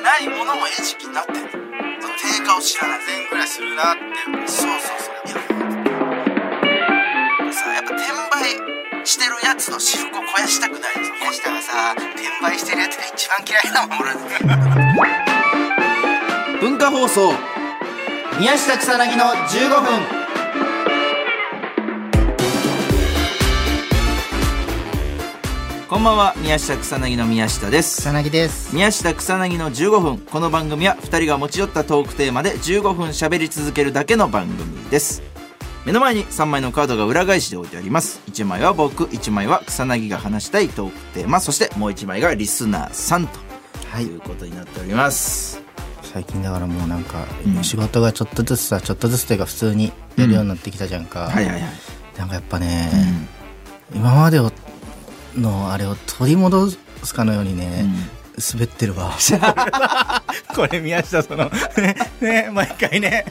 ないものも餌食になってるその定価を知らない1000ぐらいするなって思うそうそうそういやさやっぱ転売してるやつの私服を肥やしたくないですそしたらさ転売してるやつが一番嫌いだもん俺文化放送宮下草薙の15分こんばんは宮下草薙の宮下です草薙です宮下草薙の15分この番組は2人が持ち寄ったトークテーマで15分喋り続けるだけの番組です目の前に3枚のカードが裏返しで置いてあります1枚は僕1枚は草薙が話したいトークテーマそしてもう1枚がリスナーさんとはいいうことになっております最近だからもうなんか、うん仕事がちょっとずつさちょっとずつというか普通にやるようになってきたじゃんか、はいはいはい、なんかやっぱね、今までをのあれを取り戻すかのようにね、滑って るわこれ宮下そのねね毎回ね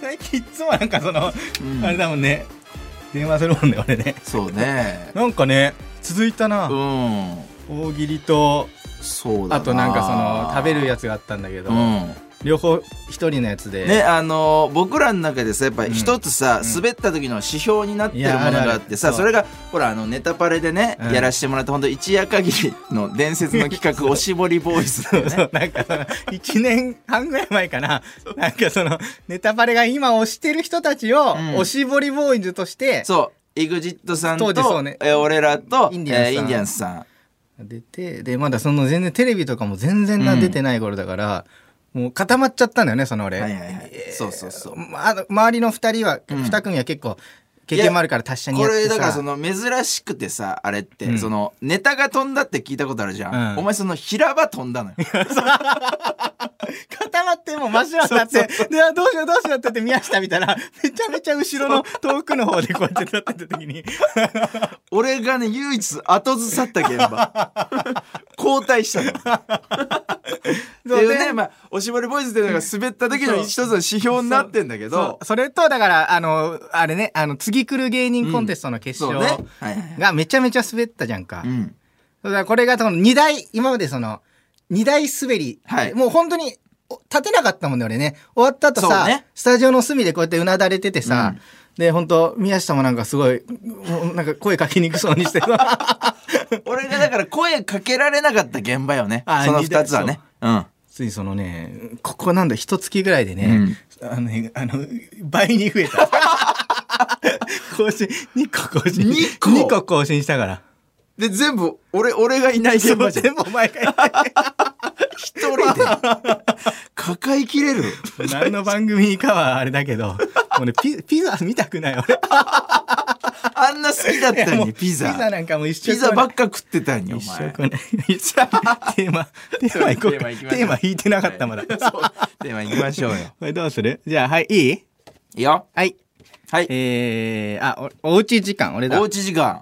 最近いつもなんかその、うんあれだもんね電話するもんね俺ねそうねなんかね続いたな、うん大喜利とそうだあとなんかその食べるやつがあったんだけど、うん両方一人のやつで、ねあのー僕らの中でさやっぱうん一つさ、うん滑った時の指標になっているもやのがああるっあるてさそうそれがほらあのネタパレでね、うんやらしてもらった本当一夜限りの伝説の企画おしぼりボーイズだよ ねそうなんかその1年半ぐらい前かななんかそのネタバレが今推してる人たちをうんおしぼりボーイズとしてそうエグジットさんと当、時そうねえー俺らとインディアンスさえんーインディアンスさん出てでまだその全然テレビとかも全然なうん出てない頃だから、もう固まっちゃったんだよねその俺、はいはいはいそうそうそうまあの周りの2人は、うん2組は結構経験もあるから達者にこやっれてさだからその珍しくてさあれって、うんそのネタが飛んだって聞いたことあるじゃん、うんお前その平場飛んだのよ固まってもう真っ白になってであどうしようどうしようって言って宮下見たらめちゃめちゃ後ろの遠くの方でこうやって立ってた 時に俺がね唯一後ずさった現 場交代したのってそういうでね、まあ、おしぼりボーイズっていうのが滑った時の一つの指標になってんだけそどう、それとだからあのあれねあの次来る芸人コンテストの決そう勝ね。はいはいはい。がめちゃめちゃ滑ったじゃんか、うん。だからこれがその2台今までその2台滑り、はいもう本当にお立てなかったもんね俺ね終わった後そさ、うねスタジオの隅でこうやってうなだれててさ、うんで本当宮下もなんかすごいもうなんか声かけにくそうにして俺がだから声かけられなかった現場よねあ。その二段二つはね。うん。ついそのねここなんだ一月ぐらいでうね、あのねあの倍に増 えた更新2個更新二個二個更新したからで、全部、俺、俺がいない現場じゃん。全部お前が一人で。 抱えきれる。何の番組かはあれだけどもうねピピザ見たくない俺あんな好きだったいやのもうに、ピザ。ピザなんかもう一緒ピザばっか食ってたんよ、お一緒前。こね一緒テーマテーマいこうか テーマ行テきましょうーマ引いてなかったまだそう。 テーマ行きましょうよ。これどうするじゃあはいいいいいよ。はいはい。えー、あおおうち時間俺だおうち時間。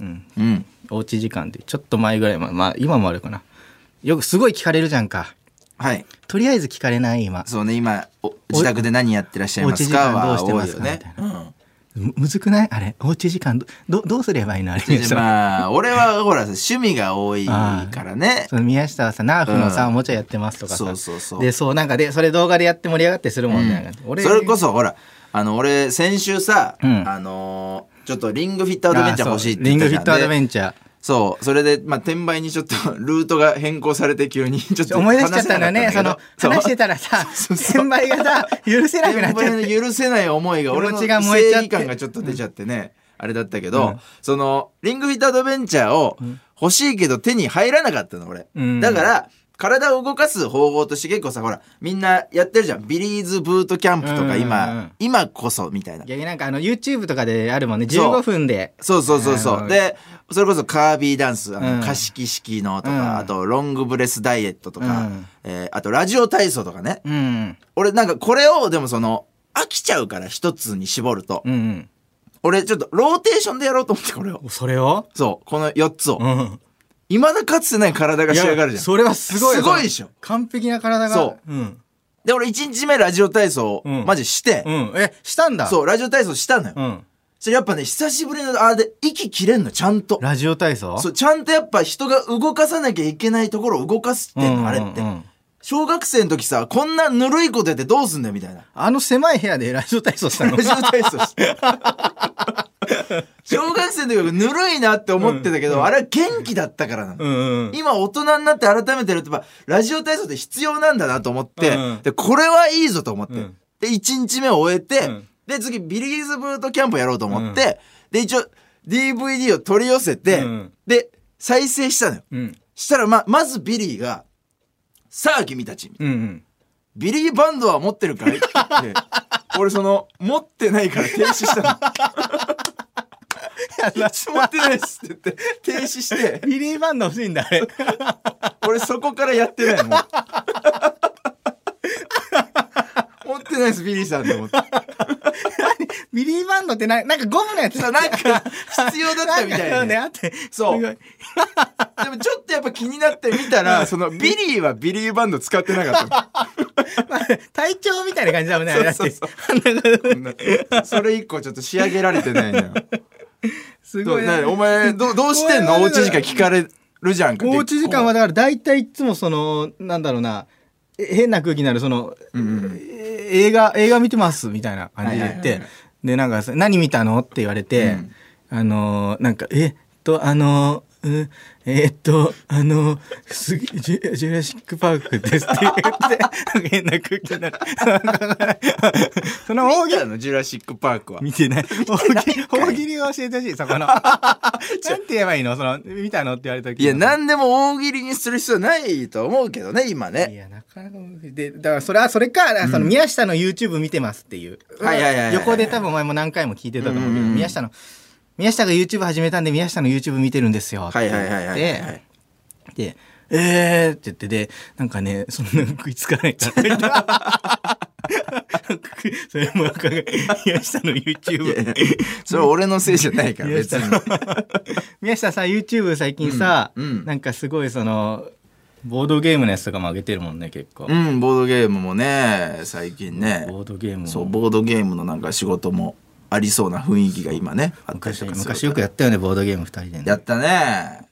うんうん。おうち時間ってちょっと前ぐらいままあ今もあるかなよくすごい聞かれるじゃんかはい。とりあえず聞かれない今そうね、今、お自宅で何やってらっしゃいますかおおうはち時間どう多いしてますよかみねたい。うん。むむずくないあれおうち時間どどどうすればいいのあれで 宮下まあ俺はほら趣味が多いからねその宮下はさナーフのさ、うんおもちゃやってますとかさそうそうそうでそうなんかでそれ動画でやって盛り上がってするもんね、なんか俺それこそほらあの俺先週さ、うんあのーちょっとリングフィットアドベンチャー欲しいってあそうリ言ンったじゃグフィッんトアドベでンチャーそうそれで、まあ、転売にちょっとルートが変更されて急にちょっと思い出しちゃったんだよね話せそなのかったんだ話しけてどたらさそうそうそう先輩がさ許せなくなっちゃっ転て売の許せない思いが俺気の持ち正が燃えちゃって義感がちょっと出ちゃってね、あれだったけど、うんそのリングフィットアドベンチャーを欲しいけど手に入らなかったの俺、うんだから体を動かす方法として結構さほらみんなやってるじゃんビリーズブートキャンプとうんうんうかん今、今こそみたいな逆になんかあの YouTube とかであるもんねそう15分でそうそうそうそあのうでそれこそカービーダンスあのうん可式式のとか、うんあとロングブレスダイエットとか、うんえーあとラジオ体操とかねうん俺なんかこれをでもその飽きちゃうから一つに絞ると、うん俺ちょっとローテーションでやろうと思ってこれをそれをそうこの4つをんいまだかつてない体が仕上がるじゃんそれはすごいすごいでしょ完璧な体が、そううんで俺1日目ラジオ体操うんマジして、うん、えしたんだそうラジオ体操したのよ、ん、それやっぱね久しぶりのあれで息切れんのちゃんとラジオ体操そうちゃんとやっぱ人が動かさなきゃいけないところを動かすってんの、あれって、うんうんうん小学生の時さこんなぬるいことやってどうすんだよみたいなあの狭い部屋でラジオ体操した のラジオ体操して 小学生の時はぬるいなって思ってたけど、あれは元気だったからなの、うんうん 今大人になって改めてるとやっぱラジオ体操って必要なんだなと思って、うんうんでこれはいいぞと思って、うんで1日目を終えて、うんで次ビリーズブートキャンプやろうと思って、で一応 DVD を取り寄せて、うんで再生したのようんしたらままずビリーが「さあ君たち」うんうんビリーバンドは持ってるかいって 言って俺その持ってないから停止したの私持ってないですって言って停止してビリーバンド欲しいんだ あれ俺そこからやってないもん持ってないですビリーさんって思ってビリーバンドってななんかゴムのやつ なんか必要だったみたいねであってそうすごいでもちょっとやっぱ気になってみたらそのビリーはビリーバンド使ってなかったまあ体調みたいな感じだもん ねあれだってそうもんね それ以降ちょっと仕上げられてないのよすどごういなにお前どうどうしてんのおうち時間聞かれるじゃんかおうち時間はだから大体いつもそのなんだろうなえ変な空気になるその、え映画映画見てますみたいな感じで言って、はいはいはいでなんか何見たのって言われて、あのーなんかえっとあのーうんえっと、あの、すげジュジュラシック・パークですって言って、なんか変な空気になる。その大喜あのジュラシック・パークは見てない。大喜利、大喜利を教えてほしい、そこ の。なんて言えばいいのその、見たのって言われた時いや何でも大喜利にする必要ないと思うけどね今いねや、なかなか難しい。で、だからそれは、それか、だからその宮下の YouTube 見てますっていう。はいはいはいはい横で多分お前も何回も聞いてたと思うけうんど、うんうん宮下の、宮下が YouTube 始めたんで、宮下の YouTube 見てるんですよ。っはてい言はっいてはいはいはいで、えーって言って、で、なんかね、そんな食いつかないから。それも、宮下の YouTube。それは俺のせいじゃないから宮別下にの宮下さ YouTube 最近さ、うんうんなんかすごいそのボードゲームのやつとかも上げてるもんね結構、うんボードゲームもね最近ねボードゲームもそうボードゲームのなんか仕事もありそうな雰囲気が今ねあったり昔とかする昔よくやったよねボードゲーム2人でねやったね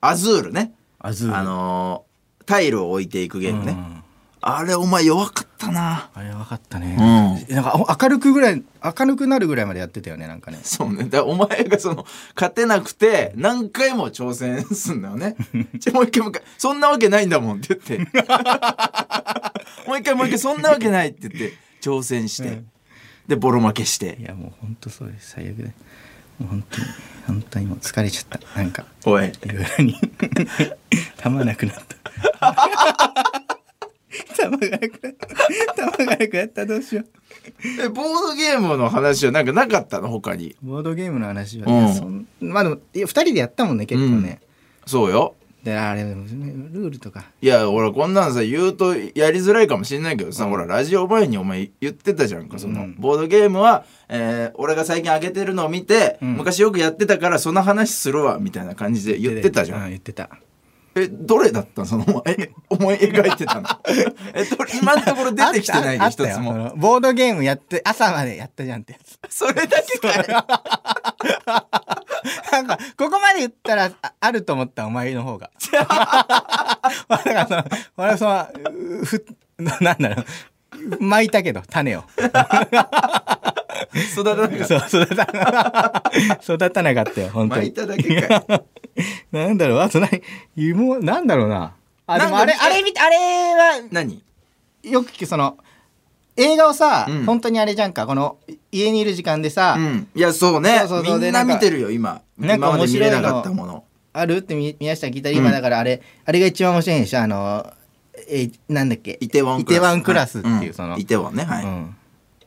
アズールねアズールあのータイルを置いていくゲームうねんあれお前弱かったなあれ分かったね、うんなんかあ明るくぐらい明るくなるぐらいまでやってたよねなんかねそうね。だからお前がその、勝てなくて、何回も挑戦すんだよ ね。じゃあもう一回もう一回、そんなわけないんだもんって 言って。もう一回もう一回、そんなわけないって言って、挑戦して。で、ボロ負けしいて。やもうほんとそうです最悪だよもう本当に本当にもう疲れちゃったなんかおい。いろいろに 玉なくなった。 玉がなくなった。玉がなくなった。どうしよう。え、ボードゲームの話はなんかなかったの他に。ボードゲームの話はうんね、そんまあでも、いや二人でやったもんね、結構ね。そうよ。で、あれ、でもねルールとか。いや、ほら、こんなんさ、言うとやりづらいかもしんないけどさ、ほら、ラジオ前にお前言ってたじゃんか、その、うんボードゲームは、えー俺が最近上げてるのを見て、うん昔よくやってたから、その話するわ、みたいな感じで言ってたじゃん。う言ってた。え、どれだったのその、お前え、思い描いて たのえ、どれ、今のところ出てきてないあよ、っ一たあつったよも。そのボードゲームやって、朝までやったじゃんってやつ。 それだけかい。なんか、ここまで言ったら、ああると思った、お前の 方が。だからその、俺はその、ふ、なんだろう。巻いたけど、種を。育たなかっそう、育たな、 育たなかったよ、た。本当巻いに。ただけかい。 なんだろう、あと何、湯も、なんだろうな。あ、でもなあんかれ、あれ見て、あれは、何よく聞く、その、映画をさ、うん本当にあれじゃんか、この、い家にいる時間でさ、うん。いや、そうね。そうそうそうみんでななんか見てるよ、今。なん今かまで面見白れいのなかったもの。あるってみ宮下聞いたら、うん今だからあれ、あれが一番面白いんでしょ、あの、えーなんだっけ、イテワンイクラス。テワンクラスってはいう、んその、イテワンね、はい。うん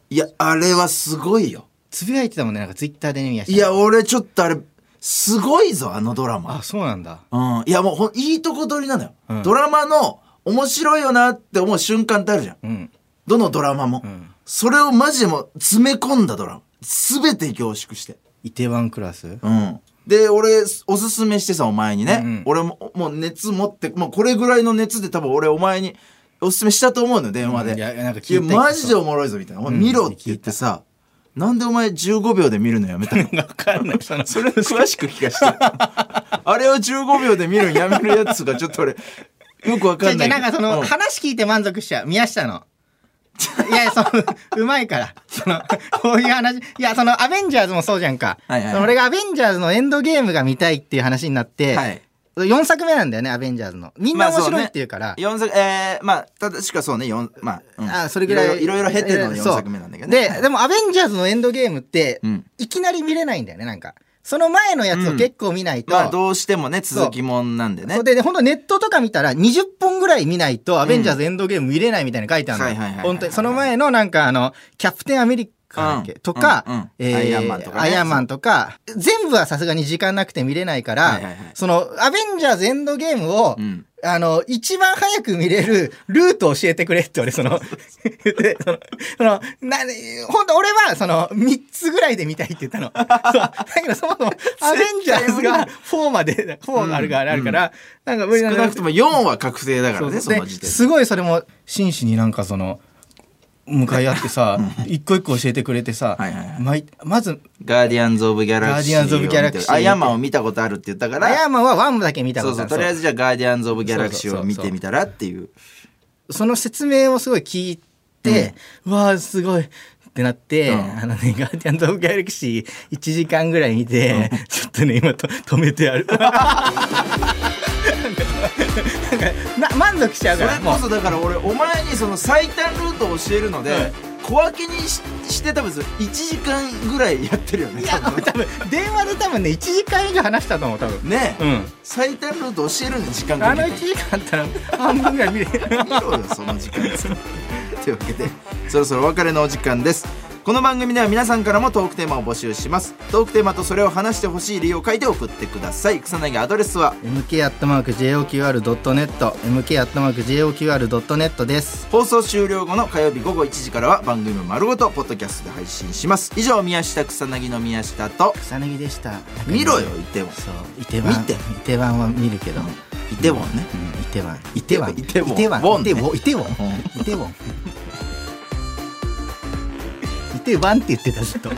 いや、あれはすごいよ。つぶやいてたもんね、なんかツイッターでね、宮下。いや、俺ちょっとあれ、すごいぞ、あのドラマあ、。そうなんだ。うん。いや、もうほん、いいとこ取りなのよ。うんドラマの、面白いよなって思う瞬間ってあるじゃん。うん。どのドラマも。うんそれをマジでもう詰め込んだドラマ。すべて凝縮して。イテワンクラスうん。で、俺、おすすめしてさ、お前にね。うんうん俺も、もう熱持って、もうこれぐらいの熱で多分俺お前におすすめしたと思うのよ、電話で。うんいやなんかい聞いやたマジでおもろいぞ、みたいな。お前見ろって言ってさ、なんでお前15秒で見るのや めたのわかんない、その、それ詳しく聞かして。あれを15秒で見るんやめるやつがちょっと俺、よくわじかゃんじなゃいけど。なんかその、うん話聞いて満足しちゃう。宮下の。いや、その、うまいから。その、こういう話。いや、その、アベンジャーズもそうじゃんか。はいはいはいその俺がアベンジャーズのエンドゲームが見たいっていう話になって、はい。 4作目なんだよね、アベンジャーズの。みんな面白いって言うから。四作、えー、まあ、正しくはそうね、四、まあ、うんあそれぐらいいろいろいろいろ経ての四そう作目なんだけどね。で、でもアベンジャーズのエンドゲームって、うん。いきなり見れないんだよね、なんか。その前のやつを結構見ないと。まあ、どうしてもね、続きもんなんでねそう。で、で本当ネットとか見たら20本ぐらい見ないと、アベンジャーズエンドゲーム見れないみたいなの書いてあるのはいはいはいよ。はい本当に。その前のなんかあの、キャプテンアメリカだっけうんとかうんうん、えーアイアンマンとかねアイアンマンとか全部はさすがに時間なくて見れないかはいはいはいら、その、アベンジャーズエンドゲームをう、ん。あの、一番早く見れるルートを教えてくれって俺、その、言って、その、その、な、ほんと俺は、その、3つぐらいで見たいって言ったの。そう。だけど、そもそも、アベンジャーズが4まで、4あるから、あるから、なんか無理少なんだなくとも四は確定だからね、そそうの時点ですごいそれも、真摯になんかその、向かい合っ てさ、一個一個教えてくれてさ、はいはいはいまいまず、ガーディアンズ・オブ・ギャラクシーを見て。ガーディアンズオブギャラクシーアイアンマンを見たことあるって言ったかアイアら、ンマンは1だけ見たこそとうそう、るとりあえずじゃあガーディアンズ・オブ・ギャラクシーを見てみたらっていう。その説明をすごい聞いて、うわあすごいってなって、うんあのね、ガーディアンズ・オブ・ギャラクシー1時間ぐらい見て、ちょっとね、今と止めてやる。なんかなんかな満足しちゃうそかれら、こもうそだから俺お前にその最短ルートを教えるので、はい小分けにしして多分それ1時間ぐらいやってるよねいや、多多分分、電話で多分ね、1時間以上話したと思う、多分。ね、うん。最短ルート教えるのに時間あかのけ1て時間あったら、半分ぐらい見 れる。見ろよその時間 というわけでそろそろお別れのお時間ですこの番組では皆さんからもトークテーマを募集しますトークテーマとそれを話してほしい理由を書いて送ってください草薙アドレスは mk.joqr.net、mk.joqr.net です。放送終了後の火曜日午後1時からは番組丸ごとポッドキャストで配信します以上宮下草薙の宮下と草薙でした。見ろよいてもそう、イテワン。見てイテワンは見るけど。いてもね、うん、イテワン。イテワン。イテウォンイテワン。ウォンイねテウォン。イテウォン。イテウォン。イテワンって言ってたずっと。